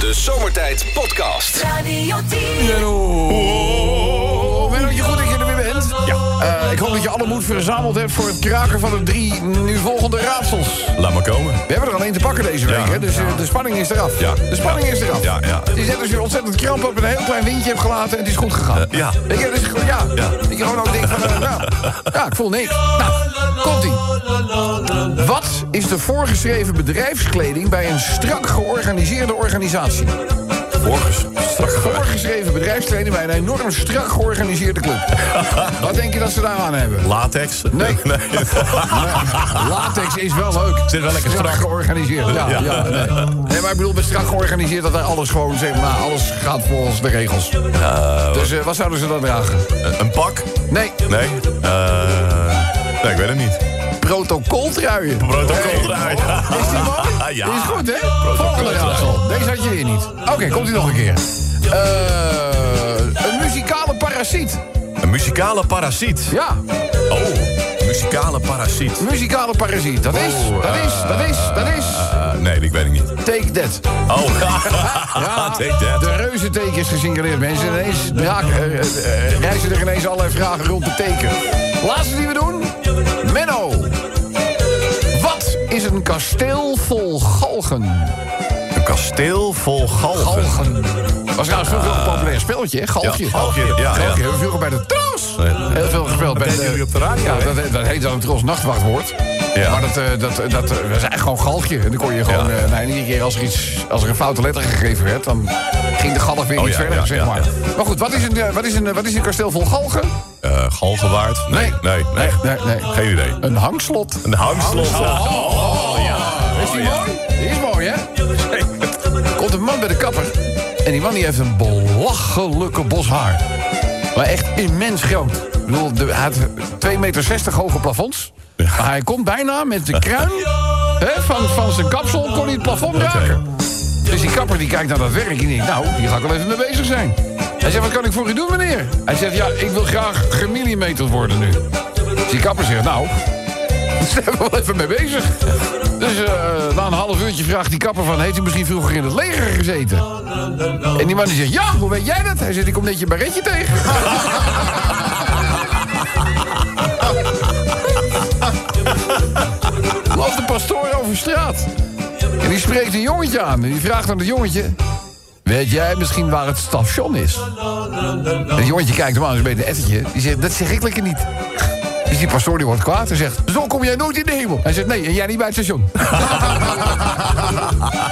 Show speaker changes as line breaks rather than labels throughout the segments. De Zomertijd Podcast.
Radio 10.
Oh, Menno, je goed dat je er weer bent. Ja. ik hoop dat je alle moed verzameld hebt voor het kraken van de drie nu volgende raadsels.
Laat maar komen.
We hebben er alleen te pakken deze week,
Ja.
hè? dus eh, de spanning is eraf.
Ja.
De spanning
Ja.
is eraf.
Ja, ja.
Het is net als je ontzettend kramp op een heel klein windje hebt gelaten en het is goed gegaan.
Eh, ja.
Weet je, dat is gewoon, ja.
Ja.
Dat je gewoon ook denkt van, eh, nou, ja, ik voel niks. Nou, komt-ie. Wat is de voorgeschreven bedrijfskleding bij een strak georganiseerde organisatie?
Morgen strak voor.
Voorgeschreven bedrijfskleding bij een enorm strak georganiseerde club. Wat denk je dat ze daar aan hebben?
Latex?
Nee. Latex is wel leuk.
Zit wel lekker strak.
georganiseerd. Ja, ja.
Ja.
nee. nee, maar ik bedoel, met strak georganiseerd dat daar alles gewoon, zeg maar, alles gaat volgens de regels. dus eh, wat zouden ze dan dragen?
Eh, Een pak?
Nee,
Nee. Eh, nee, ik weet het niet.
protocoltruien.
Protocol eruit.
Is die mooi?
Ja.
Die is goed, hè? Volgende
Protocol.
raadsel. Deze had je weer niet. Oké, komt ie nog een keer. Eh, een muzikale parasiet.
Een muzikale parasiet.
Ja,
Oh, muzikale parasiet.
muzikale parasiet. Dat is,
Oh,
dat is, dat is, dat is.
Eh, nee, ik weet het niet.
Take that.
Oh,
Ja,
take that.
De reuzenteken is gesignaleerd, mensen. Ineens draak, eh, eh, eh, reizen er ineens allerlei vragen rond de teken. Laatste die we doen. Menno. Wat is een kasteel vol galgen?
Een kasteel vol galgen. Ah.
Galgen. was trouwens vroeger een populair spelletje, hè? Galgje.
Ja, galgje, ja, ja.
Galgje hebben we vroeger bij de Tros. Heel veel gespeeld. bij
deden jullie op de radio,
Ja,
hè?
dat, dat heet dan het Tros Nachtwachtwoord.
Ja.
Maar dat, eh, dat, dat, eh, was eigenlijk gewoon galgje. En dan kon je gewoon...
Ja.
eh, nou, en iedere keer als er, iets, als er een foute letter gegeven werd... dan ging de galg weer
Oh,
iets
ja,
verder,
ja,
zeg
ja,
maar.
ja.
Maar goed, wat is, een, eh, wat, is een, eh, wat is een kasteel vol galgen?
Eh, galgenwaard? Nee, nee, nee.
Nee, nee.
Geen idee.
Een hangslot.
Een hangslot. Oh, ja.
Is die mooi? Die is mooi, hè? Komt een man bij de kapper. En die man die heeft een belachelijke bos haar. Maar echt immens groot. Ik bedoel, de, hij had 2,60 meter hoge plafonds. Maar hij komt bijna met de kruin hè, van, van zijn kapsel... kon hij het plafond raken. Dus die kapper die kijkt naar dat werk en die denkt... nou, hier ga ik wel even mee bezig zijn. Hij zegt, wat kan ik voor u doen, meneer? Hij zegt, ja, ik wil graag gemillimeterd worden nu. Dus die kapper zegt, nou, daar zijn we wel even mee bezig. Dus eh, na een half uurtje vraagt die kapper van... heeft u misschien vroeger in het leger gezeten? En die man die zegt, ja, hoe weet jij dat? Hij zegt, ik kom net je baretje tegen. Loopt de pastoor over straat. En die spreekt een jongetje aan. En die vraagt aan het jongetje... Weet jij misschien waar het station is? En het jongetje kijkt hem aan, is een beetje een ettertje. Die zegt, dat zeg ik lekker niet. Dus die pastoor die wordt kwaad en zegt... Zo kom jij nooit in de hemel. Hij zegt, nee, en jij niet bij het station.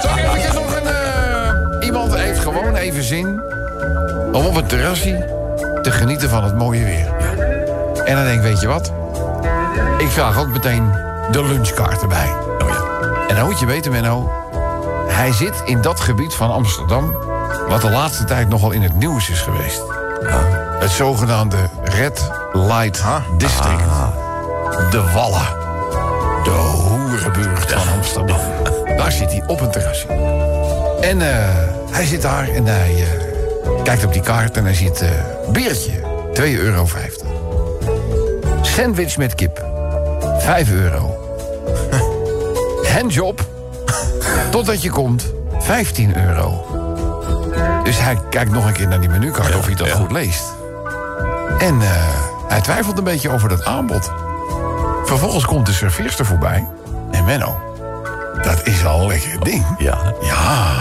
Zal ik eventjes nog een... eh, iemand heeft gewoon even zin... om op het terrasje te genieten van het mooie weer. En dan denk ik, weet je wat? Ik vraag ook meteen de lunchkaart erbij. En dan moet je weten, Menno... hij zit in dat gebied van Amsterdam... wat de laatste tijd nogal in het nieuws is geweest. Het zogenaamde Red Light District.
Ah,
De Wallen. De hoerenburg van Amsterdam. Daar zit hij op een terrasje. En eh, hij zit daar en hij eh, kijkt op die kaart en hij ziet... eh, biertje, 2,50 euro. Sandwich met kip, 5 euro. Handjob, totdat je komt, 15 euro. Dus hij kijkt nog een keer naar die menukaart of hij dat
ja.
goed leest. En eh, hij twijfelt een beetje over dat aanbod. Vervolgens komt de serveerster voorbij. En Menno, dat is al een lekker ding.
Ja.
Ja,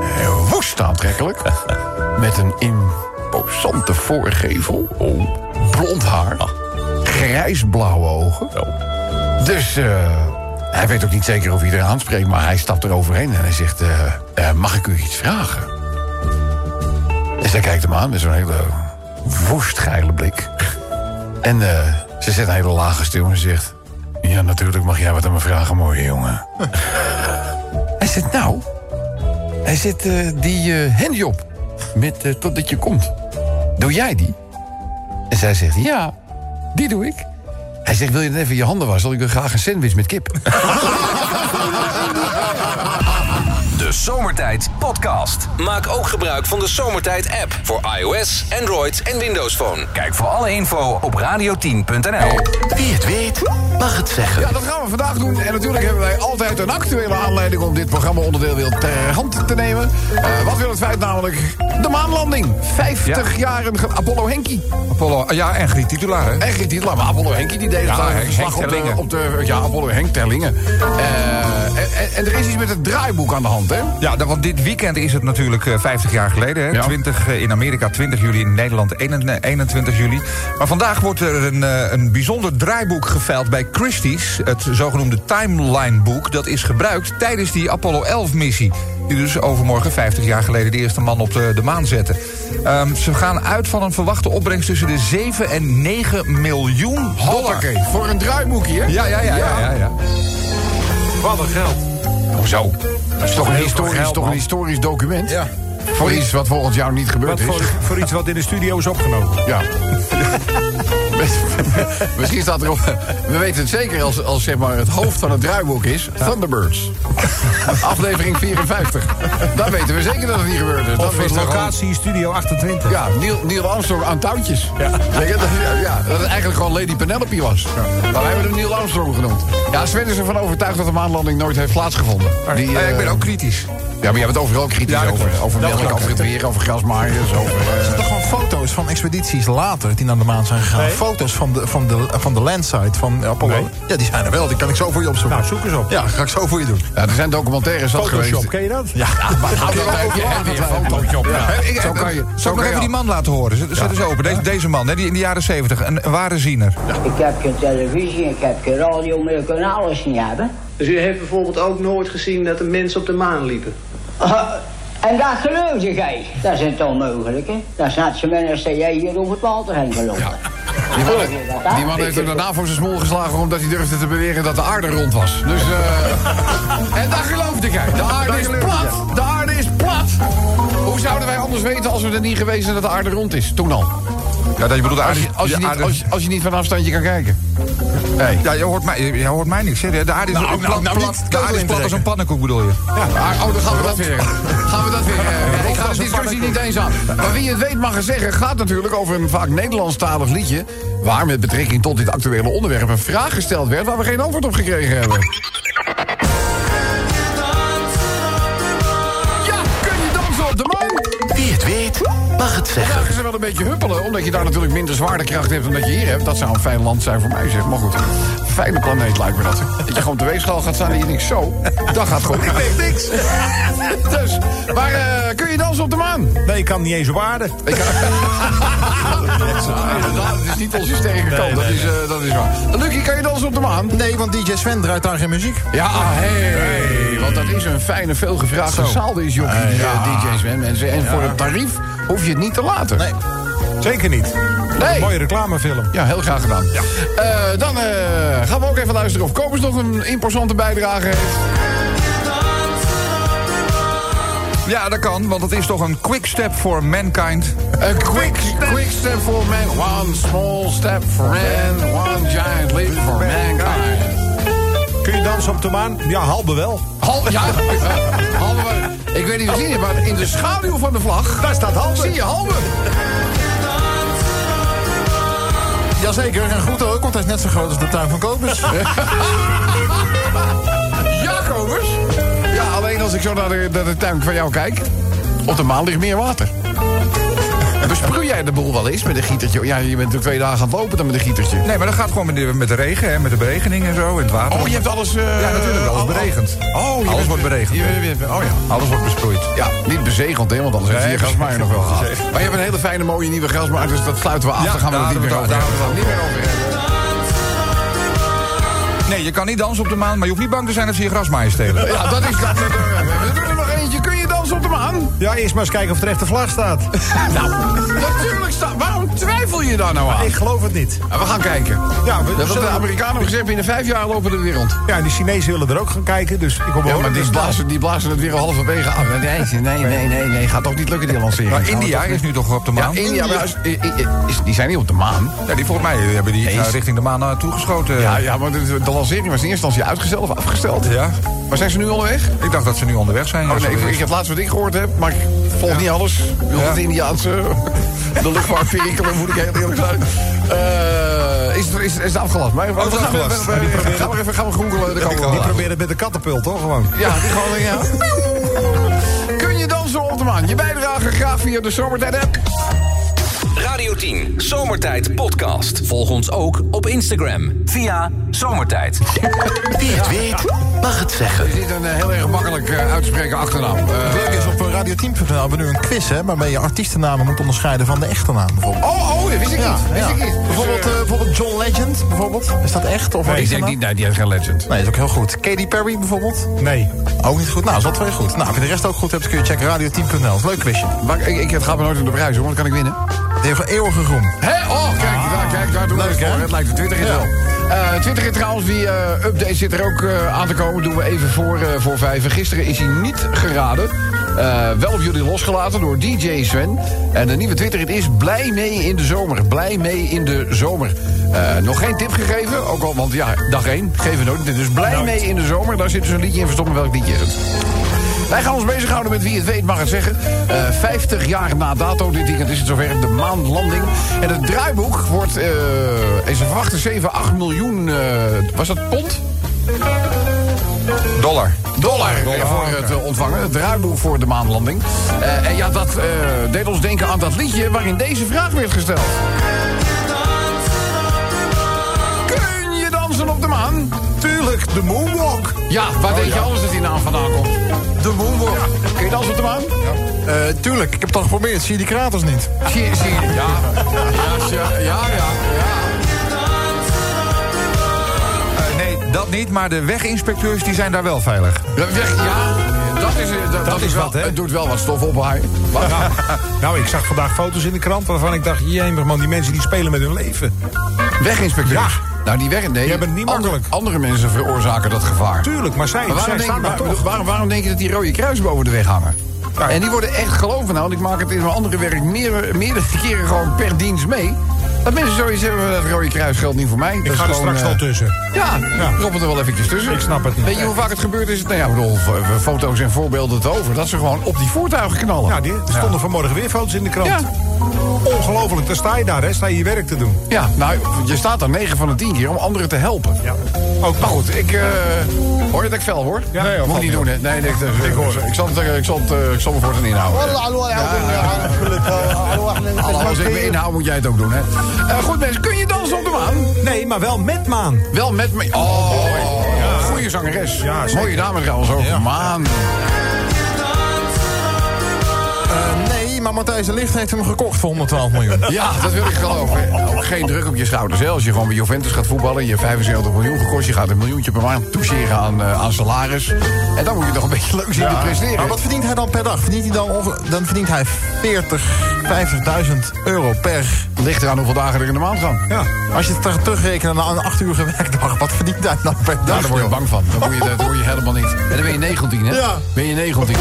heel woest aantrekkelijk. Met een imposante voorgevel. Blond haar. Grijsblauwe ogen. Dus eh, hij weet ook niet zeker of hij er aanspreekt, maar hij stapt er overheen en hij zegt: eh, eh, Mag ik u iets vragen? En zij kijkt hem aan met zo'n hele woest geile blik. En eh, ze zet een hele lage stil en zegt: Ja, natuurlijk mag jij wat aan me vragen, mooie jongen. hij zegt: Nou, hij zet eh, die eh handy op. Met eh, totdat je komt. Doe jij die? En zij zegt: Ja, die doe ik. Hij zegt, wil je dan even je handen wassen? Want Ik wil graag een sandwich met kip.
De De Zomertijd Podcast. Maak ook gebruik van de Zomertijd app voor iOS, Android en Windows Phone. Kijk voor alle info op radio10.nl.
Wie het weet, mag het zeggen.
Ja, dat gaan we vandaag doen. En natuurlijk hebben wij altijd een actuele aanleiding om dit programma onderdeel weer ter hand te nemen. Eh, wat wil het feit namelijk? De maanlanding. 50 jaar een ge- Apollo Henkie.
Apollo, Ah, ja, en geen titulaar, hè?
En Griet Hietler, maar Apollo Henkie die deed
Ja,
daar
Henk-
een verslag
Henk
op de,
Terlingen.
op de... Ja, Apollo Henk Terlingen. Eh, en, en- en er is iets met het draaiboek aan de hand, hè?
Ja, dan- want dit weekend is het natuurlijk eh, 50 jaar geleden. Hè?
Ja.
20 eh, in Amerika, 20 juli, in Nederland 21 21 juli. Maar vandaag wordt er een, eh, een bijzonder draaiboek geveild bij Christie's. Het zogenoemde timeline-boek. Dat is gebruikt tijdens die Apollo 11-missie. Die dus overmorgen, 50 jaar geleden, de eerste man op de, de maan zette. Ehm, ze gaan uit van een verwachte opbrengst tussen de 7 en 9 miljoen dollar.
Hoppakee, voor een draaiboekje, hè?
Ja, ja, ja, ja, ja, ja.
Wat een geld.
Hoezo? Dat is toch een
Heel veel
historisch,
geld,
toch een
man.
historisch document?
Ja.
Voor iets wat volgend jaar niet gebeurd
Wat
is.
voor, voor iets wat in de studio is opgenomen.
Ja. Misschien staat erop. We weten het zeker als, als zeg maar het hoofd van het draaiboek is Thunderbirds. Aflevering 54. Dan weten we zeker dat het niet gebeurd is.
Of
Dat is
een
toch
locatie Studio 28.
gewoon- Ja, Neil, Neil Armstrong aan touwtjes. Ja. Dat, ja, dat het eigenlijk gewoon Lady Penelope was. Dan hebben we hem Neil Armstrong genoemd. Ja, Sven is ervan overtuigd dat de maanlanding nooit heeft plaatsgevonden. Die,
Eh, ik ben
eh,
ook kritisch.
Ja, maar jij bent overal kritisch
Ja, dat
over.
klopt.
Over
Dat
melk,
klopt.
over het weer, over grasmaaiers, over... eh,
Er zijn toch gewoon foto's van expedities later die naar de maan zijn gegaan. Foto's van de, van de, van de landsite van Apollo.
Nee.
Ja, die zijn er wel. Die kan ik zo voor je opzoeken.
Nou, zoek eens op.
Ja, ga ik zo voor je doen.
ja, er zijn documentaires dat geweest.
Photoshop, ken je dat?
Ja, maar hou
Ja,
er
ja,
ook op.
ja, ja, ja, ja, ja. Ja, ik- ik-
Zo kan je.
zo
Zal ik nog
kan je
even die
al.
man laten horen? Zet, zet eens dus open. Deze, deze man, hè, die in de jaren 70, een ware ziener.
Ik heb geen televisie, ik heb geen radio, maar ik kan alles niet hebben.
Dus u heeft bijvoorbeeld ook nooit gezien dat de mensen op de maan liepen?
Ah, en dat geloofde jij? Dat is niet onmogelijk, hè? Dan zat ze mensen dat jij hier over het water heen gelopen.
Die man,
Geloof je dat, hè?
die man heeft hem daarna voor zijn smoel geslagen omdat hij durfde te beweren dat de aarde rond was. Dus, eh en daar geloofde ik uit. De aarde is plat. De aarde is plat. Hoe zouden wij anders weten als we er niet geweest zijn dat de aarde rond is? Toen al.
Ja, dat je bedoelt de
Als
aarde...
je, als je,
de
niet,
aarde-
als je, als je niet van afstandje kan kijken.
ja, je hoort mij, je, je hoort mij niks. Hè. De aarde is
Nou, nou,
plat,
nou,
plat.
niet
de aarde is plat als een
intrekken.
pannenkoek, bedoel je?
Ja, maar- oh, dan gaan we dat weer. Gaan we dat weer. eh, ik ga de discussie niet eens aan. Maar wie het weet mag het zeggen, gaat natuurlijk over een vaak Nederlandstalig liedje. Waar met betrekking tot dit actuele onderwerp een vraag gesteld werd waar we geen antwoord op gekregen hebben. Ja, kun je dansen op de maan?
Wie het weet, mag het zeggen.
Vragen ze wel een beetje huppelen, omdat je daar natuurlijk minder zwaartekracht hebt dan dat je hier hebt. Dat zou een fijn land zijn voor mij, zeg. Maar goed, een fijne planeet lijkt me dat. Dat je gewoon op de weegschaal gaat staan en je denkt zo, dat gaat goed. Ik weet niks. Dus, maar eh, kun je dansen op de maan?
Nee, ik kan niet eens op aarde.
Ah, inderdaad, het is niet onze sterke kant, dat, is, eh, dat is waar. Lucky, kan je dansen op de maan?
Nee, want DJ Sven draait daar geen muziek.
Ja, ah, hey, want dat is een fijne, veelgevraagde zaal, deze jockey, die, eh, DJ's en mensen. En voor het tarief hoef je het niet te laten.
Nee.
Zeker niet.
Nee.
Mooie reclamefilm.
Ja, heel graag gedaan. Eh, dan eh, gaan we ook even luisteren of Kobus nog een imposante bijdrage heeft.
Ja, dat kan, want het is toch een quick step for mankind.
A quick, quick step for man, one small step for man, one giant leap for mankind.
Kun je dansen op de maan? Ja, halbe wel.
Hal, ja, eh, halve. Ik weet niet of je het ziet, maar in de schaduw van de vlag...
Daar staat halve.
Zie je halve?
Jazeker, en goed ook, want hij is net zo groot als de tuin van Kobus.
Ja, Kobus. Ja, alleen als ik zo naar de, naar de tuin van jou kijk... op de maan ligt meer water. Besproei jij de boel wel eens met een gietertje? Ja, je bent natuurlijk twee dagen aan het lopen dan met een gietertje.
Nee, maar dat gaat gewoon met de, met de regen, hè, met de beregening en zo, en het water.
Oh, je hebt alles... eh,
Ja, natuurlijk, alles
al-
beregend.
Oh, je
Alles
bent-
wordt beregend.
je bent- je bent- oh ja.
Alles wordt besproeid.
Ja, niet bezegeld, hè, want anders heeft
Nee,
je grasmaaier nog wel gehad.
bezegeld.
Maar je hebt een hele fijne, mooie nieuwe grasmaaier, dus dat sluiten we af.
Ja,
daar gaan we
daar
het niet meer
hadden
over
we het
hebben.
over.
Niet meer over hebben.
Nee, je kan niet dansen op de maan, maar je hoeft niet bang te zijn dat ze je grasmaaien stelen.
Ja, dat is dat. We doen er nog eentje. Kun je dansen op de maan?
Ja, eerst maar eens kijken of er echt een vlag staat.
Nou, natuurlijk staat... Waarom twijfel je daar nou aan?
Ik geloof het niet.
We gaan
Ja,
kijken.
we
Dat hebben de
zullen-
Amerikanen gezegd binnen vijf jaar lopen de wereld.
ja, en die Chinezen willen er ook gaan kijken, dus ik hoop
Ja,
wel
maar
dat
die
het staat.
blazen, die blazen het weer halverwege af. Nee, nee, nee, nee, nee. Gaat toch niet lukken, die lancering.
Maar India is nu toch op de
Ja,
maan?
India, maar als- i- i- is- die zijn niet op de maan.
Ja, die volgens mij hebben die
Nee,
eh,
is-
richting de maan naartoe geschoten.
Ja, ja maar de, de lancering was in eerste instantie uitgesteld of afgesteld.
Ja.
Maar zijn ze nu onderweg?
Ik dacht dat ze nu onderweg zijn.
Oh
Ja,
nee, ik,
zo
ik
is.
heb laatst wat ik gehoord heb, maar ik volg niet alles. Ik wil
Ja.
het Indiaanse, de luchtvaartperikelen, moet ik heel eerlijk zijn. Eh, is, het, is, is het afgelast? Maar, we
is
gaan-
afgelast.
we- we-
Ja, die
we-
proberen-
Gaan we even gaan we googelen. de kant
Die
wel.
proberen het met de katapult, toch gewoon?
Ja, die gewoon, ja. Kun je dansen op de maan? Je bijdrage graag via de Zomertijd-app.
Radio 10, Zomertijd Podcast. Volg ons ook op Instagram via Zomertijd.
Wie het weet, mag het zeggen.
Is dit een eh, heel erg makkelijk eh, uit te spreken achternaam? Eh,
Het leuke is op Radio 10.nl hebben we nu een quiz, hè, waarbij je artiestennamen moet onderscheiden van de echte naam. Bijvoorbeeld.
oh, oh, dat wist ik
Ja,
niet. Wist
ja.
ik niet. Dus,
Bijvoorbeeld,
eh,
eh, bijvoorbeeld John Legend, bijvoorbeeld. Is dat echt?
eh,
Of
ik denk
artiestennaam?
niet, nee, die is geen legend.
Nee, is ook heel goed. Katy Perry bijvoorbeeld?
Nee.
Ook niet goed. Nou, is dat wel weer goed. Nou, als je de rest ook goed hebt, kun je checken radio10.nl. Is een Leuk quizje.
Maar ik, ik, het gaat me nooit om de prijs, hoor, want dan kan ik winnen.
Het heeft een eeuwige roem.
Hé, oh, kijk, daar, kijk, daar doen we
Leuk,
het voor.
hè?
Het lijkt de 20 in
Ja.
wel. Eh, 20 in trouwens, die eh, update zit er ook eh, aan te komen. Doen we even voor, eh, voor vijf. Gisteren is hij niet geraden. Eh, wel op jullie losgelaten door DJ Sven. En de nieuwe Twitter is blij mee in de zomer. Blij mee in de zomer. Eh, nog geen tip gegeven, ook al, want ja, dag 1 geven we nooit. Dus blij mee in de zomer. Daar zit dus een liedje in verstoppen. Welk liedje is het? Wij gaan ons bezighouden met wie het weet mag het zeggen. Eh 50 jaar na dato dit weekend is het zover de maanlanding. En het draaiboek wordt, eh en ze verwachten 7, 8 miljoen, eh, was dat pond?
Dollar.
Dollar, eh, voor het eh, ontvangen. Het draaiboek voor de maanlanding. Eh, en ja, dat eh, deed ons denken aan dat liedje waarin deze vraag werd gesteld. Kun je dansen op de maan?
Tuurlijk, de moonwalk.
Oh, Ja, waar denk je anders dat die naam vandaan komt?
De Moonwalk.
Kun je dansen op de maan?
Eh, tuurlijk, ik heb het al geprobeerd. Zie je die kraters niet?
Zie je, zie je, ja. Ja, zie je, ja, ja, ja.
Eh, nee, dat niet, maar de weginspecteurs die zijn daar wel veilig.
Ja, weg- ja, dat is, dat, dat is
is
wel,
wat, hè?
Het doet wel wat stof op haar. Wat?
Nou, ik zag vandaag foto's in de krant waarvan ik dacht... jemig man, die mensen die spelen met hun leven.
Weginspecteurs. Nou, die weg, nee.
Die hebben het niet
andere,
makkelijk.
andere mensen veroorzaken dat gevaar.
Tuurlijk, maar zij,
Maar waarom,
zij
denk,
staan
je-
daar
waar-
toch.
waarom, waarom denk je dat die rode kruis boven de weg hangen?
Ja.
En die worden echt geloven nou, want ik maak het in mijn andere werk meer- meerdere keren gewoon per dienst mee. Dat mensen zoiets hebben, dat rode kruis geldt niet voor mij.
Ik ga er straks wel tussen.
eh, Ja,
Ja.
drop het er wel eventjes tussen.
Ik snap het niet.
Weet je hoe vaak het gebeurd is? Nou ja, ik bedoel, v- foto's en voorbeelden het over. Dat ze gewoon op die voertuigen knallen.
Ja, die, er stonden vanmorgen weer foto's in de krant.
Ja.
Ongelooflijk, daar sta je daar, hè? Sta je je werk te doen.
Ja, nou, je staat daar 9 van de 10 keer om anderen te helpen.
Ja.
Ook maar goed, ik. eh, hoor je dat ik fel hoor?
Ja. Nee, hoor,
Moet
valt
ik niet
niet
doen, hè? Nee, nee, ik, ik hoor Ik zal, het, eh, ik, zal het, eh, ik zal me voortaan inhouden. Al als ik me inhoud, moet jij het ook doen, hè? Eh, goed, mensen, kun je dansen op de maan?
Nee, maar wel met maan.
Wel met me. Oh, goede zangeres.
Ja, zeker.
Mooie dame trouwens ook. Maan.
Eh, nee, maar Matthijs de Licht heeft hem gekocht voor 112 miljoen.
Ja, dat wil ik geloven. Geen druk op je schouders. Hè. Als je gewoon bij Juventus gaat voetballen, je hebt 75 miljoen gekost, je gaat een miljoentje per maand toucheren aan, eh, aan salaris. En dan moet je toch een beetje leuk zien te presteren.
Maar Nou, wat verdient hij dan per dag? Verdient hij dan, onge- dan verdient hij 40, 50.000 euro per...
Ligt eraan hoeveel dagen er in de maand gaan.
Ja.
Als je het terug- terugrekent naar een 8 uur werkdag, wat verdient hij dan per dag?
Nou, daar word je bang van. Dan word je, dat word je helemaal niet. En dan ben je 19, hè?
Ja.
Ben je 19.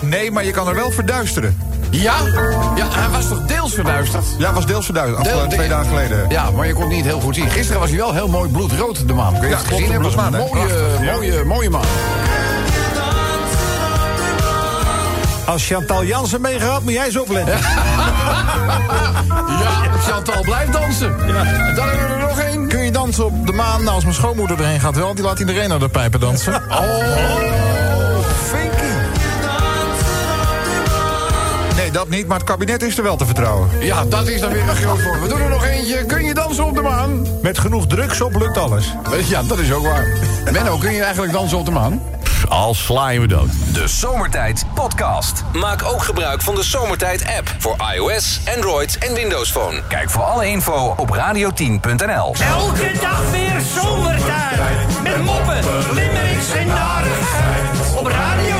Nee, maar je kan er wel verduisteren.
Ja? Ja, hij was toch deels verduisterd?
Ja, was deels verduisterd. Afgelopen
Deel-
twee dagen geleden.
Ja, maar je kon het niet heel goed zien. Gisteren was hij wel heel mooi bloedrood, de maan. Kun je
Ja,
het
klopt,
gezien
de
hebben? Dat was een
bloedmaan,
mooie,
hè?
mooie, mooie, maan.
Als Chantal Jansen meegaat, moet jij eens opletten.
Ja, Chantal, blijf dansen. Dan hebben we er nog één.
Kun je dansen op de maan? Nou, als mijn schoonmoeder erheen gaat wel, die laat iedereen naar de pijpen
Oh.
dansen.
Nee, dat niet, maar het kabinet is er wel te vertrouwen.
Ja, dat is dan weer een groot woord. We doen er nog eentje. Kun je dansen op de maan?
Met genoeg drugs op lukt alles.
Eh,
Ja, dat is ook waar. Menno, kun je eigenlijk dansen op de maan?
Al sla je me dood.
De Zomertijd Podcast. Maak ook gebruik van de Zomertijd app voor iOS, Android en Windows Phone. Kijk voor alle info op radio10.nl.
Elke dag weer zomertijd. Met moppen, limmerings en narigheid. Op Radio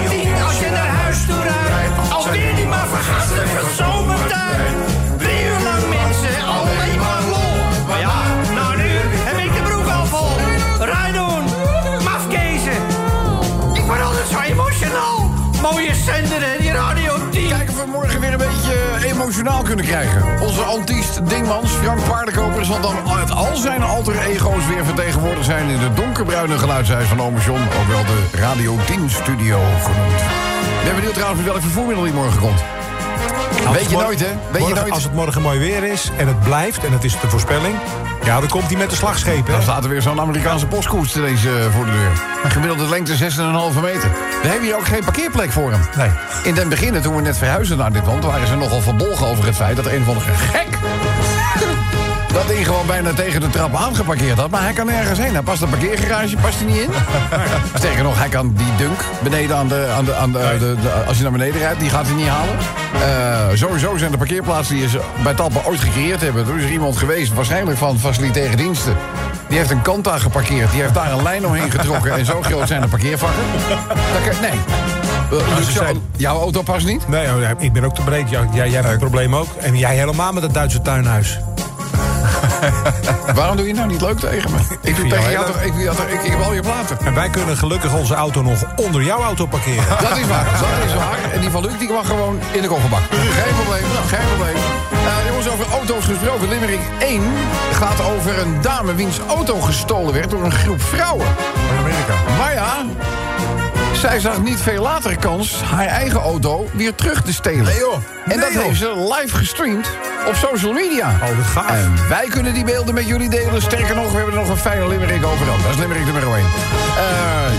nou, mooie zender, hè, die Radio 10.
Kijken of we morgen weer een beetje eh, emotionaal kunnen krijgen. Onze antiest Dingmans, Frank Paardenkoper... zal dan uit al zijn alter ego's weer vertegenwoordigd zijn... in het donkerbruine geluidshuis van Ome John. Ook wel de Radio 10 Studio genoemd. Ik ben benieuwd trouwens met welk vervoermiddel die morgen komt. Weet je
Mor-
nooit, hè? Weet je
morgen-
nooit.
Als het morgen mooi weer is en het blijft, en het is de voorspelling... Ja, dan komt hij met de slagschepen.
Dan staat er weer zo'n Amerikaanse postkoets te deze eh, voor de deur. Een gemiddelde lengte 6,5 meter. We hebben hier ook geen parkeerplek voor hem.
Nee.
In den beginnen, toen we net verhuisden naar dit land... waren ze nogal verbolgen over het feit dat een van de gek... dat ding gewoon bijna tegen de trap aangeparkeerd had. Maar hij kan nergens heen. Hij past de parkeergarage, past hij niet in. Sterker nog, hij kan die dunk beneden aan de... Aan de, aan de, de- de- als je naar beneden rijdt, die gaat hij niet halen. Eh, sowieso zijn de parkeerplaatsen die ze bij Talpa ooit gecreëerd hebben. Er is er iemand geweest, waarschijnlijk van facilitaire diensten. Die heeft een kanta geparkeerd. Die heeft daar een lijn omheen getrokken. En zo groot zijn de parkeervakken. Dat kan- nee. Eh, Luc, jou- Jouw auto past niet?
Nee, oh, ja, ik ben ook te breed. Ja, jij, jij hebt een probleem ook. En jij helemaal met het Duitse tuinhuis.
Waarom doe je nou niet leuk tegen me? Ik doe
vind
tegen
jou heel
jou toch, ik, ik, ik, ik heb al je platen.
En wij kunnen gelukkig onze auto nog onder jouw auto parkeren.
Dat is waar, dat is waar. En die van Luc die mag gewoon in de kofferbak. Geen probleem, geen probleem. Eh, jongens, over auto's gesproken. Limerick 1 gaat over een dame wiens auto gestolen werd door een groep vrouwen.
in Amerika.
Maar ja, zij zag niet veel later kans haar eigen auto weer terug te stelen.
Nee, joh.
En
Nee,
dat
joh.
heeft ze live gestreamd op social media.
Oh, wat gaaf.
En wij kunnen die beelden met jullie delen. Sterker nog, we hebben er nog een fijne limerick over dan. Dat is limerick nummer 1.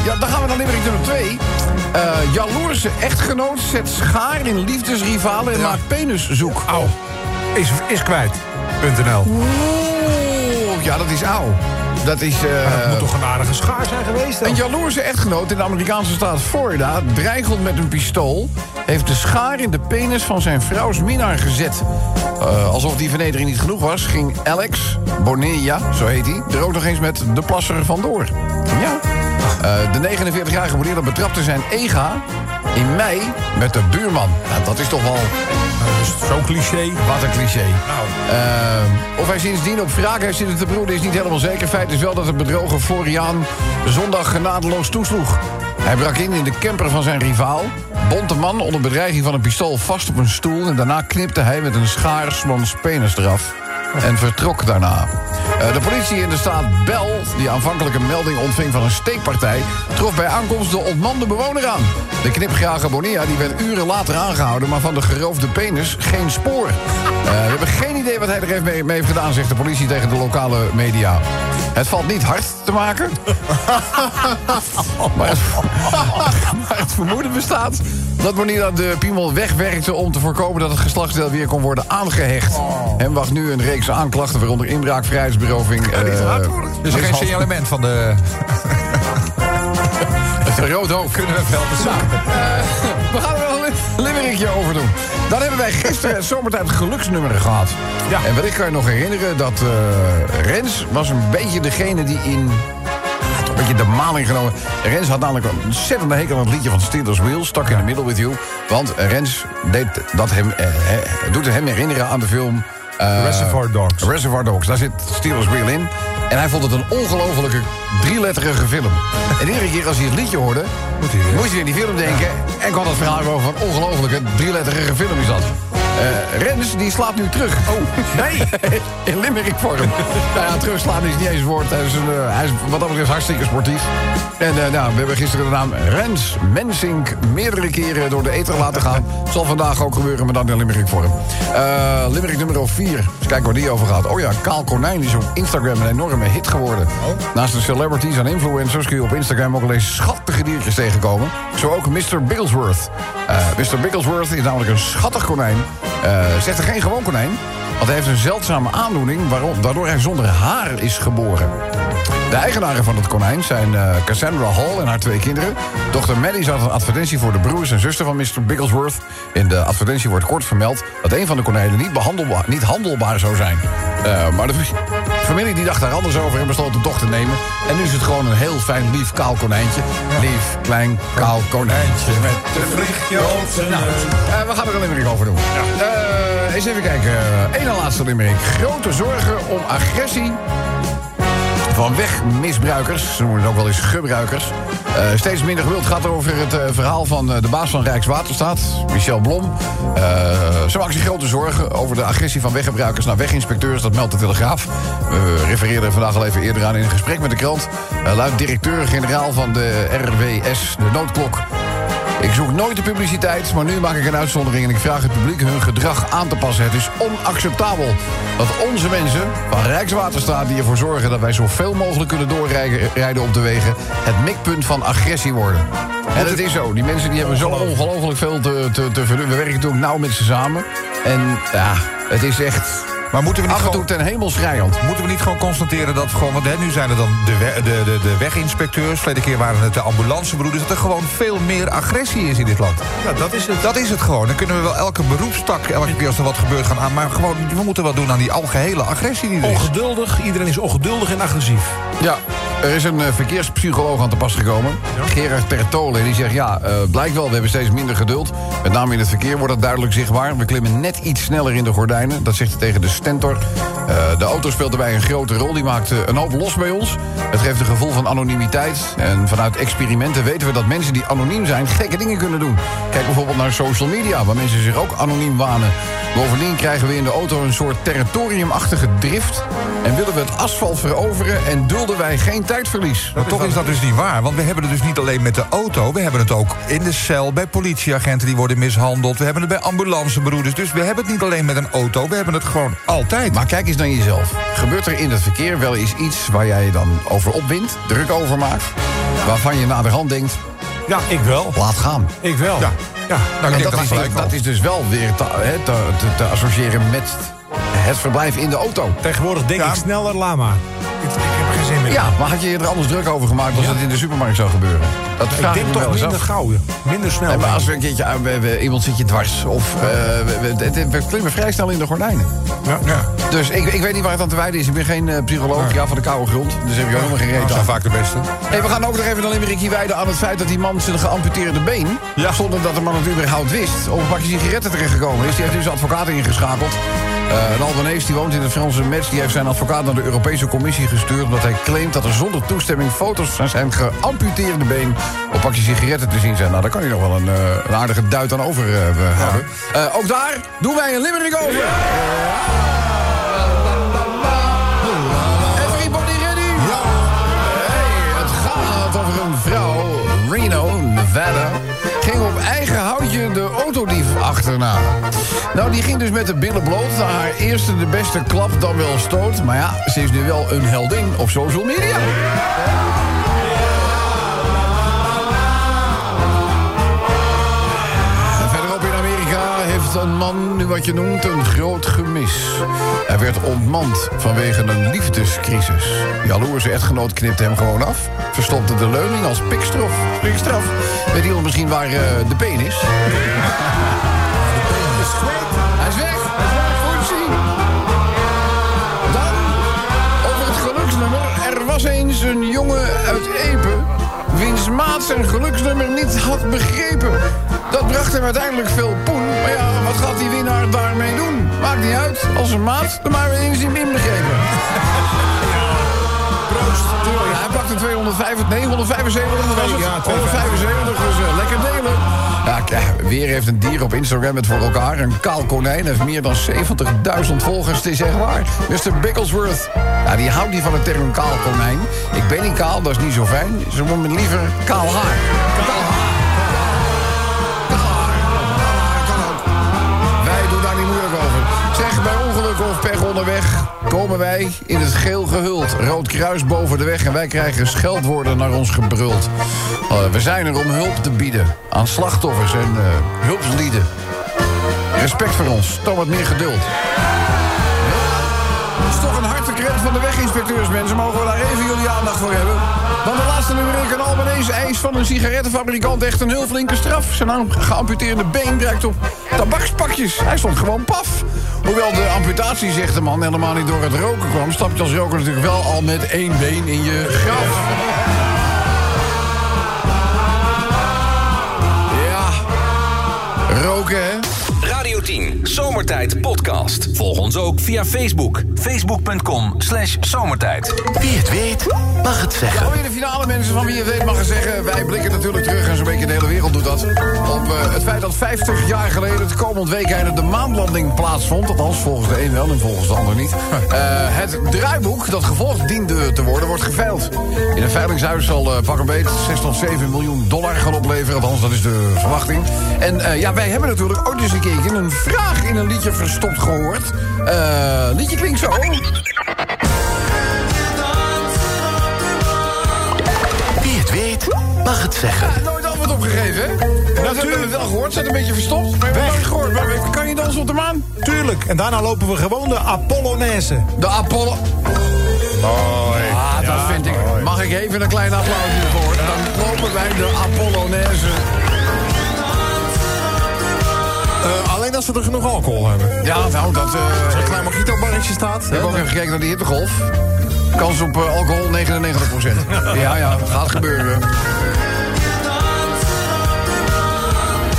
ja, dan gaan we naar limerick nummer 2. Eh jaloerse echtgenoot zet schaar in liefdesrivalen en maakt penis zoek.
Au. Is, is kwijt.nl.
Oeh, ja, dat is auw. Dat is... eh,
Ah,
Het moet toch een aardige schaar zijn geweest? dan?
Een jaloerse echtgenoot in de Amerikaanse staat Florida, dreigend met een pistool, heeft de schaar in de penis van zijn vrouws minnaar gezet. Eh, alsof die vernedering niet genoeg was, ging Alex Bonilla, zo heet hij, er ook nog eens met de plasser vandoor. Ja. Eh, de 49-jarige Bonilla betrapte zijn ega in mei met de buurman. Nou, dat is toch wel
Dat Nou, is Zo'n cliché.
wat een cliché. Eh, of hij sindsdien op wraak heeft zitten te broeden is niet helemaal zeker. Feit is wel dat het bedrogen Florian zondag genadeloos toesloeg. Hij brak in in de camper van zijn rivaal, bond de man onder bedreiging van een pistool vast op een stoel... en daarna knipte hij met een schaar Swans penis eraf en vertrok daarna. Eh, de politie in de staat Bell, die aanvankelijk een melding ontving van een steekpartij... trof bij aankomst de ontmande bewoner aan. De knipgrage Bonilla die werd uren later aangehouden... maar van de geroofde penis geen spoor. Eh, we hebben geen idee wat hij er heeft mee, mee heeft gedaan... zegt de politie tegen de lokale media. Het valt niet hard te maken. maar, het, maar het vermoeden bestaat dat Bonilla de piemel wegwerkte... om te voorkomen dat het geslachtsdeel weer kon worden aangehecht. Hem wacht nu een reeks aanklachten... waaronder inbraak, vrijheidsberoving... eh,
Dus
dat
geen
valt-
signalement van de...
Rood hoofd. Kunnen we wel bezoeken. Eh, we gaan er wel een li- limerickje over doen. Dan hebben wij gisteren het zomertijd geluksnummeren gehad.
Ja.
En wat ik kan je nog herinneren, dat eh, Rens was een beetje degene die in... Ah, toch Een beetje de maling genomen. Rens had namelijk een ontzettende hekel aan het liedje van Steelers Wheels, Stuck in the Middle with You. Want Rens deed dat hem, eh, eh, doet hem herinneren aan de film... eh,
Reservoir Dogs.
Reservoir Dogs, daar zit Steelers Wheel in. En hij vond het een ongelofelijke drieletterige film. En iedere keer als hij het liedje hoorde, moest hij, in die film denken... en kwam dat verhaal over van ongelofelijke drieletterige film is dat. Eh, Rens, die slaapt nu terug. Oh, nee! in Limerick vorm. nou ja, terugslaan is niet eens een woord. Hij is, een, eh, hij is wat dat betreft hartstikke sportief. En eh, nou, we hebben gisteren de naam Rens Mensink... meerdere keren door de ether laten gaan. Zal vandaag ook gebeuren, maar dan in Limerick vorm. Eh, Limerick nummer 4. Eens kijken waar die over gaat. Oh ja, Kaal Konijn is op Instagram een enorme hit geworden. Naast de celebrities en influencers kun je op Instagram ook al eens schattige diertjes tegenkomen. Zo ook Mr. Bigglesworth. Eh, Mr. Bigglesworth is namelijk een schattig konijn. Eh zegt er geen gewoon konijn. Want hij heeft een zeldzame aandoening waarop, waardoor hij zonder haar is geboren. De eigenaren van het konijn zijn eh, Cassandra Hall en haar twee kinderen. Dochter Maddie zat een advertentie voor de broers en zuster van Mr. Bigglesworth. In de advertentie wordt kort vermeld dat een van de konijnen niet, behandelbaar, niet handelbaar zou zijn. Eh, maar de familie die dacht daar anders over en besloot de dochter te nemen. En nu is het gewoon een heel fijn, lief, kaal konijntje. Lief, klein, kaal konijntje met de
Nou,
eh, we gaan er een limerick over doen. Eh, eens even kijken. Eén en laatste limerick. Grote zorgen om agressie van wegmisbruikers, ze noemen het ook wel eens gebruikers. Eh, steeds minder gewild gaat over het eh, verhaal van eh, de baas van Rijkswaterstaat, Michel Blom. Eh ze maakt zich grote zorgen over de agressie van weggebruikers naar weginspecteurs, dat meldt de Telegraaf. We refereerden vandaag al even eerder aan in een gesprek met de krant. Eh, luidt directeur-generaal van de RWS, de noodklok. Ik zoek nooit de publiciteit, maar nu maak ik een uitzondering... en ik vraag het publiek hun gedrag aan te passen. Het is onacceptabel dat onze mensen van Rijkswaterstaat... die ervoor zorgen dat wij zoveel mogelijk kunnen doorrijden rijden op de wegen... het mikpunt van agressie worden. En dat is zo. Die mensen die hebben zo ongelooflijk veel te, te, te verduren. We werken natuurlijk nauw met ze samen. En ja, het is echt...
Maar moeten we niet
af en toe
gewoon-
ten hemel schrijend.
Moeten we niet gewoon constateren dat gewoon... Want hè, nu zijn er dan de, we- de, de, de weginspecteurs... verleden keer waren het de ambulancebroeders... dat er gewoon veel meer agressie is in dit land.
Ja, dat is het.
Dat is het gewoon. Dan kunnen we wel elke beroepstak... elke keer als er wat gebeurt gaan aan... maar gewoon, we moeten wat doen aan die algehele agressie die er is.
Ongeduldig, iedereen is ongeduldig en agressief.
Ja, er is een eh, verkeerspsycholoog aan te pas gekomen. Gerard Pertole. Die zegt, ja, eh, blijkt wel, we hebben steeds minder geduld. Met name in het verkeer wordt dat duidelijk zichtbaar. We klimmen net iets sneller in de gordijnen. Dat zegt hij tegen de Stentor. Eh, de auto speelt daarbij een grote rol. Die maakt eh, een hoop los bij ons. Het geeft een gevoel van anonimiteit. En vanuit experimenten weten we dat mensen die anoniem zijn... gekke dingen kunnen doen. Kijk bijvoorbeeld naar social media... waar mensen zich ook anoniem wanen. Bovendien krijgen we in de auto een soort territoriumachtige drift... en willen we het asfalt veroveren... en dulden wij geen tijdverlies.
Maar toch is dat dus niet waar, want we hebben het dus niet alleen met de auto... we hebben het ook in de cel, bij politieagenten die worden mishandeld... we hebben het bij ambulancebroeders, dus we hebben het niet alleen met een auto... we hebben het gewoon altijd.
Maar kijk eens naar jezelf. Gebeurt er in het verkeer wel eens iets waar jij je dan over opwindt, druk over maakt... waarvan je naderhand denkt,
Ja, ik wel.
laat gaan.
Ik wel.
Ja.
ja.
Nou, ik
En
denk
dat, is,
gelijk wel.
dat is dus wel weer te, hè, te, te, te associëren met het verblijf in de auto.
Tegenwoordig denk
Ja.
ik sneller, lama. Ik, ik heb er geen zin meer.
Ja, maar had je je er anders druk over gemaakt als het in de supermarkt zou gebeuren? Dat
Ik
vraag ik
denk
me
toch
wel eens
minder
af.
gauw, joh. minder snel.
Nee, maar
denk
als
ik.
we een keertje aan- we- we- iemand zit je dwars. Of eh, we, we- het- het- we klimmen vrij snel in de gordijnen.
Ja. Ja.
Dus ik, ik weet niet waar het aan te wijden is. Ik ben geen eh, psycholoog. Ja, van de koude grond. Dus heb je ook helemaal geen
Oh,
Dat
reet
zijn
aan.
vaak de beste.
Hey, we gaan ook nog even een limerickie wijden aan het feit dat die man zijn geamputeerde been...
Ja.
zonder dat de man het überhaupt wist... op een pakje sigaretten terechtgekomen is. Die heeft nu zijn advocaat ingeschakeld. Eh, een Albanese die woont in het Franse Metz... die heeft zijn advocaat naar de Europese Commissie gestuurd... omdat hij claimt dat er zonder toestemming foto's van zijn geamputeerde been... op pakje sigaretten te zien zijn. Nou, daar kan je nog wel een, eh, een aardige duit aan over eh, houden. Eh, ook daar doen wij een limerick over. Everybody ready? Hey, het gaat over een vrouw, Reno, Nevada... ging op eigen houtje de autodief achterna. Nou, die ging dus met de billen bloot naar haar eerste de beste klap dan wel stoot. Maar ja, ze is nu wel een heldin op social media. En verderop in Amerika heeft een man nu wat je noemt een groot gemis. Hij werd ontmand vanwege een liefdescrisis. Jaloerse echtgenoot knipte hem gewoon af. Verstopte de leuning als pikstraf. Pikstraf. Weet iemand misschien waar eh, de penis? is? Hij is weg. Hij is weg. Goed zien. Dan over het geluksnummer. Er was eens een jongen uit Epe... wiens maat zijn geluksnummer niet had begrepen. Dat bracht hem uiteindelijk veel poen. Maar ja, wat gaat die winnaar daarmee doen? Maakt niet uit. Als een maat er maar eens in inbegrepen. Proost. Oh, Ja, hij pakte 275, nee, 175 dat was het.
Ja,
175, dus eh, lekker delen. Ja, k- weer heeft een dier op Instagram het voor elkaar. Een kaal konijn heeft meer dan 70.000 volgers, het is echt waar. Mr. Bigglesworth. Ja, die houdt niet van de term kaal konijn. Ik ben niet kaal, dat is niet zo fijn. Ze noemen me liever kaal haar. Kaal haar. Kaal haar. Kaal haar kan ook. Wij doen daar niet moeilijk over. Zeg, bij ongelukken of pech onderweg komen wij in het geel gehuld. Rood kruis boven de weg en wij krijgen scheldwoorden naar ons gebruld. Eh, we zijn er om hulp te bieden aan slachtoffers en eh, hulpslieden. Respect voor ons, toon wat meer geduld. Dat is toch een harte krent van de weginspecteurs, mensen. Mogen we daar even jullie aandacht voor hebben? Dan de laatste nummer in een Albanese eis van een sigarettenfabrikant echt een heel flinke straf. Zijn arm- geamputeerde been ruikt op tabakspakjes. Hij stond gewoon paf. Hoewel de amputatie, zegt de man, helemaal niet door het roken kwam... stap je als roker natuurlijk wel al met één been in je graf. Ja, roken, hè?
Radio 10. Zomertijd podcast. Volg ons ook via Facebook. Facebook.com slash zomertijd.
Wie het weet, mag het zeggen.
Alweer de finale mensen van Wie het weet mag het zeggen. Wij blikken natuurlijk terug en zo'n beetje de hele wereld doet dat. Op eh, het feit dat 50 jaar geleden het komend weekende de maanlanding plaatsvond. Althans, volgens de een wel en volgens de ander niet. Eh, het draaiboek dat gevolgd diende te worden, wordt geveild. In een veilingshuis zal eh, pak een beet 6 tot 7 miljoen dollar gaan opleveren. Althans, dat is de verwachting. En eh, ja, wij hebben natuurlijk ooit eens een keertje een vraag in een liedje verstopt gehoord. Eh liedje klinkt zo.
Wie het weet, mag het zeggen.
Ah, nooit antwoord opgegeven, hè? Natuurlijk. hebben we wel gehoord, zijn een beetje verstopt. Maar we hebben nooit gehoord. Maar we- kan je dansen op de maan?
Tuurlijk. En daarna lopen we gewoon de Apollonaise.
De Apollo. Hoi. Ah, dat vind ik. Mag ik even een klein applausje voor? Dan lopen wij de Apollonaise.
Eh, alleen als we er genoeg alcohol hebben.
Ja, nou, dat... eh
Als er een klein mojito-barretje staat.
we hebben ook even gekeken naar de hittegolf. Kans op eh, alcohol 99%. ja, ja, gaat gebeuren.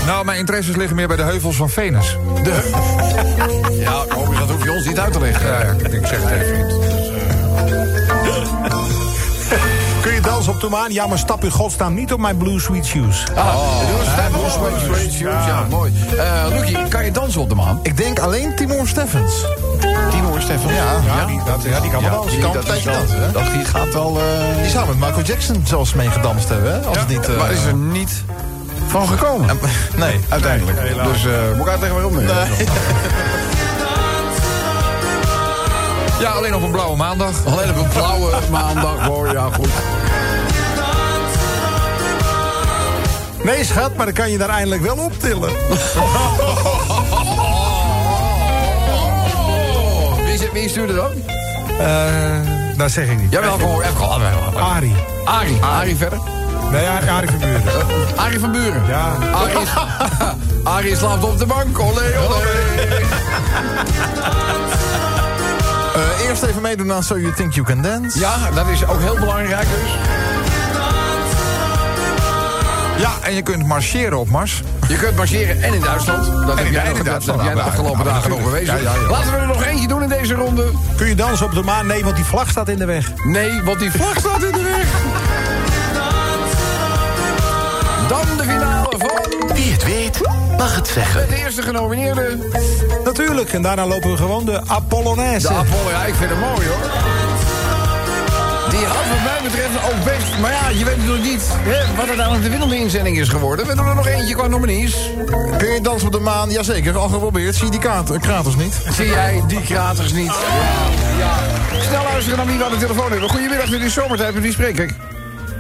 Nou, mijn interesses liggen meer bij de heuvels van Venus.
De... Ja, Robin, dat hoef je ons niet uit te leggen.
Ja, ja, ik zeg het even.
Kun je dansen op de maan? Ja, maar stap in godsnaam niet op mijn Blue Sweet Shoes.
Oh.
Ah, doe eens vijf ons, Sweet Sweet Shoes. Ja, mooi. Eh Lucky, kan je dansen op de maan?
Ik denk alleen Timon Steffens.
Timo Stefan.
Ja, ja, die, dat, ja, die kan wel dansen. kan
dat
een
is
tijdje
wel-
dansen, hè?
dat die gaat wel. eh,
Die zou met Michael Jackson zelfs mee gedanst hebben, hè? Als het niet... eh,
maar is er niet van gekomen.
Nee,
uiteindelijk. dus eh, moet ik uitleggen waarom? Nee.
Ja, alleen op een blauwe maandag.
Alleen op een blauwe maandag. Oh, ja, goed.
Nee, schat, maar dan kan je daar eindelijk wel optillen.
Oh, Wie, zit- wie stuurde dat?
Eh dat zeg ik niet.
Jawel, gewoon even gewoon.
Ari.
Arie. Arie verder. Eh,
Nee, Ari, Ari van Buren.
Arie van Buren.
Ja.
Arie, is- Arie slaapt op de bank. Olé, olé.
eh, eerst even meedoen aan So You Think You Can Dance.
Ja, dat is ook heel belangrijk dus.
Ja, en je kunt marcheren op Mars.
Je kunt marcheren en in Duitsland. Dat heb
in-
jij,
en
nog,
in
dat
Duitsland.
heb jij de
Nou,
afgelopen
nou,
dagen nog
natuurlijk.
bewezen.
Ja, ja, ja.
Laten we er nog eentje doen in deze ronde.
Kun je dansen op de maan? Nee, want die vlag staat in de weg.
Nee, want die vlag staat in de weg. Dan de finale van
Wie het weet, mag het zeggen.
de eerste genomineerde.
Natuurlijk. En daarna lopen we gewoon de Apollonaise.
De Apollo, ja, ik vind hem mooi hoor. Die had wat mij betreft ook best. Maar ja, je weet nog niet hè, wat er dan de winnende inzending is geworden. We doen er nog eentje qua nominees.
Kun je dansen op de maan? Jazeker, al geprobeerd. Zie je die kaart, eh, kraters niet?
Zie jij die kraters niet? Ja, ja. Snel luisteren naar wie we aan de telefoon hebben. Goedemiddag, dit is zomertijd. Met wie spreek ik?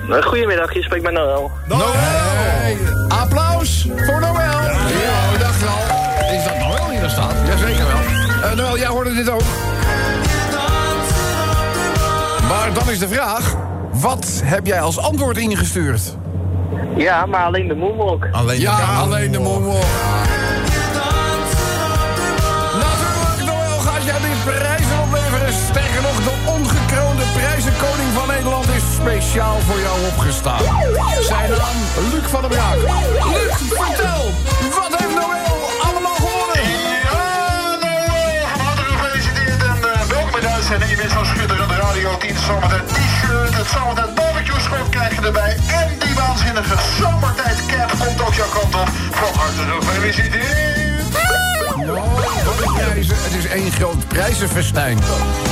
Nou, Goedemiddag, je spreekt met Noël.
Noël!
Oh.
Applaus voor Noël! Ja, ik dacht wel. Is dat Noël die daar staat? Jazeker wel. Eh, Noël, jij hoorde dit ook. Maar dan is de vraag, wat heb jij als antwoord ingestuurd?
Ja, maar alleen de moonwalk.
Alleen
Ja,
de kaart.
alleen de moonwalk. Natuurlijk, Noël gaat jou die prijzen opleveren. Sterker nog, de ongekroonde prijzenkoning van Nederland is speciaal voor jou opgestaan. Zijn naam Luc van der Braak. Luc, vertel, wat heeft Noël allemaal gewonnen?
Gefeliciteerd en eh, welkom bij de uitzending. Je bent zo'n schitterende Radio 10 Zomertijd T-shirt. Het Zomertijd Barbecue Schot krijg je erbij. En die waanzinnige Zomertijd Cap komt ook jouw kant op. Van harte gefeliciteerd.
Oh, wat een prijzen. Het is één groot prijzenfestijn.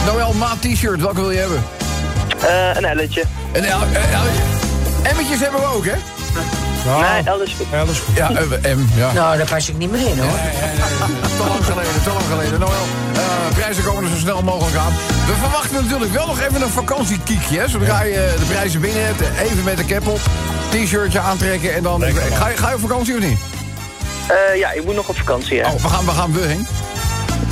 Noël, maat t-shirt, welke wil je hebben?
Eh, een elletje.
En, el- eh, el- emmetjes hebben we ook, hè?
Nee, alles goed.
Ja, dat is goed.
Ja, eh, M, ja.
Nou, daar pas ik niet meer in hoor.
Te lang geleden, te lang geleden. Noël, eh, prijzen komen er zo snel mogelijk aan. We verwachten natuurlijk wel nog even een vakantiekiekje. hè. Zodra je de prijzen binnen hebt, even met de cap op, t-shirtje aantrekken en dan... Ga je, ga je op vakantie of niet?
Eh, ja, ik moet nog op vakantie, hè.
Oh, we gaan, we gaan we heen.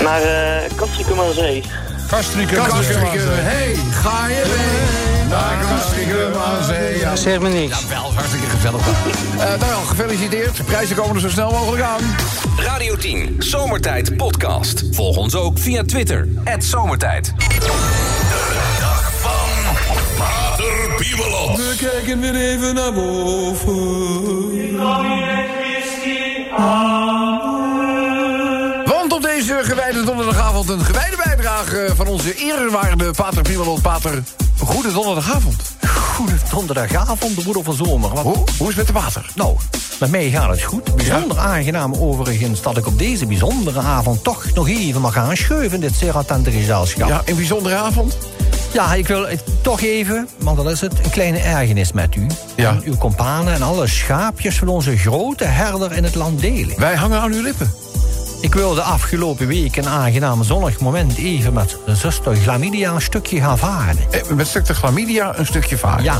Naar eh Castricum aan Zee.
Kastrikum.
Kastrikum, hey, ga je mee naar Kastrikum aan zee. Ja,
Zeg me niks.
wel, hartstikke gezellig. Eh Noël, gefeliciteerd. De prijzen komen er zo snel mogelijk aan.
Radio 10, Zomertijd podcast. Volg ons ook via Twitter, Zomertijd.
We kijken weer even naar boven.
Christi, amen.
Vanavond een gewijde bijdrage van onze eerwaarde Pater Piemelot. Pater, goede donderdagavond.
Goede donderdagavond, de broeder van zomer. Wat-
Hoe, hoe is het met de water?
Nou, met mij gaat het goed. Bijzonder aangenaam overigens dat ik op deze bijzondere avond... toch nog even mag aanschuiven in dit zeer attente gezelschap.
Ja, een bijzondere avond.
Ja, ik wil het toch even, want dat is het, een kleine ergernis met u.
Ja.
En uw kompanen en alle schaapjes van onze grote herder in het land delen.
Wij hangen aan uw lippen.
Ik wil de afgelopen week een aangenaam zonnig moment even met zuster Glamidia een stukje gaan varen.
Eh, Met stuk de chlamydia een stukje vaart.
Ja.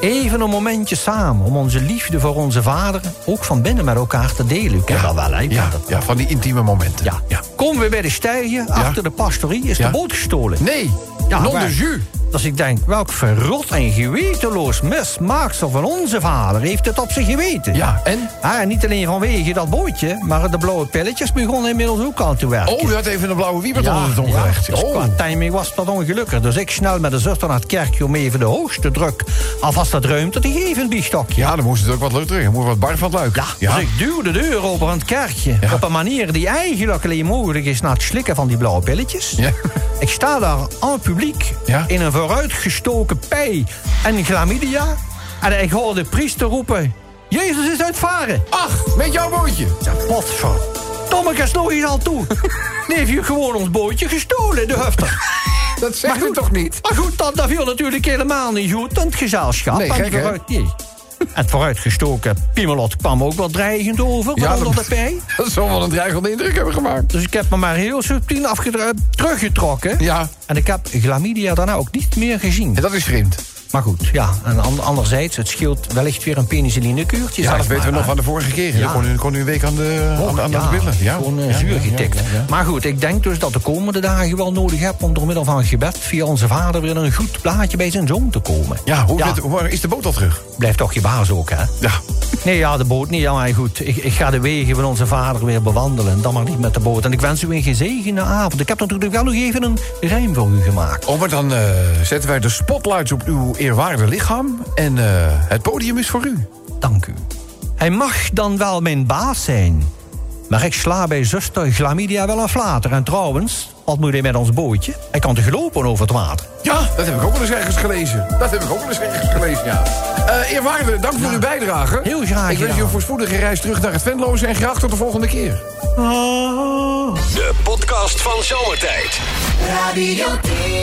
Even een momentje samen om onze liefde voor onze vader ook van binnen met elkaar te delen. U kent dat wel, hè? U kent
Ja,
dat.
ja, van die intieme momenten.
Ja. Kom weer bij de stijgen, achter de pastorie is
Ja.
de boot gestolen.
Nee,
Ja,
non de
waar?
jus.
Dus ik denk, welk verrot en gewetenloos mismaaksel van onze vader heeft het op zich geweten.
Ja, en?
Ah, en niet alleen vanwege dat bootje, maar de blauwe pilletjes begonnen inmiddels ook aan te werken.
Oh, u had even een blauwe wiebert onder de tong
ja,
gelegd.
dus
Oh.
qua timing was dat ongelukkig. Dus ik snel met de zuster naar het kerkje om even de hoogste druk alvast dat ruimte te geven, biestokje.
Ja, dan moest het ook wat leuk terug. Dan moest wat bar van het luik.
Ja, dus ik duw de deur open aan het kerkje. Op een manier die eigenlijk alleen mogelijk is na het slikken van die blauwe pilletjes.
Ja.
Ik sta daar aan publiek
Ja.
in een vooruitgestoken pij en chlamydia. En ik hoor de priester roepen: Jezus is uitvaren!
Ach, met jouw bootje.
Potver. Tomme nog hier al toe. Nee, heeft u gewoon ons bootje gestolen, de hufter.
Dat zegt u toch niet?
Maar goed, dat, dat viel natuurlijk helemaal niet goed aan het gezelschap.
Nee,
En
gek, hè?
nee. Het vooruitgestoken Piemelot kwam ook wat dreigend over, van onder de pij.
dat zal wel een dreigende indruk hebben gemaakt.
Dus ik heb me maar heel subtiel afgedru- teruggetrokken.
Ja.
En ik heb Glamidia daarna ook niet meer gezien.
En dat is vreemd.
Maar goed, ja. En an- anderzijds, het scheelt wellicht weer een penicillinekuurtje.
Ja,
zeg
dat weten
maar,
we nog
hè.
van de vorige keer. hè.
Ja.
Dan kon u, kon u een week aan de, aan, aan de billen. Ja.
Gewoon eh,
Ja,
zuur
ja, ja,
getikt.
ja, ja.
Maar goed, ik denk dus dat de komende dagen wel nodig heb... om door middel van gebed via onze vader weer een goed plaatje bij zijn zoon te komen.
Ja, hoe, bent- hoe- is de boot al terug?
Blijft toch je baas ook, hè?
Ja.
Nee, ja, de boot niet. Ja, maar goed, ik, ik ga de wegen van onze vader weer bewandelen. Dan maar niet met de boot. En ik wens u een gezegende avond. Ik heb natuurlijk wel nog even een rijm voor u gemaakt.
Oh, maar dan eh, zetten wij de spotlights op uw eerwaarde lichaam. En eh, het podium is voor u.
Dank u. Hij mag dan wel mijn baas zijn. Maar ik sla bij zuster Glamidia wel een flater. En trouwens, wat moet hij met ons bootje? Hij kan te gelopen over het water.
Ja, dat heb ik ook wel eens ergens gelezen. Dat heb ik ook wel eens ergens gelezen, ja. Eh, eerwaarde, dank voor uw bijdrage.
Heel graag
Ik wens u
gedaan.
een voorspoedige reis terug naar het Venloze... en graag tot de volgende keer.
De podcast van Zomertijd.
Radio 10.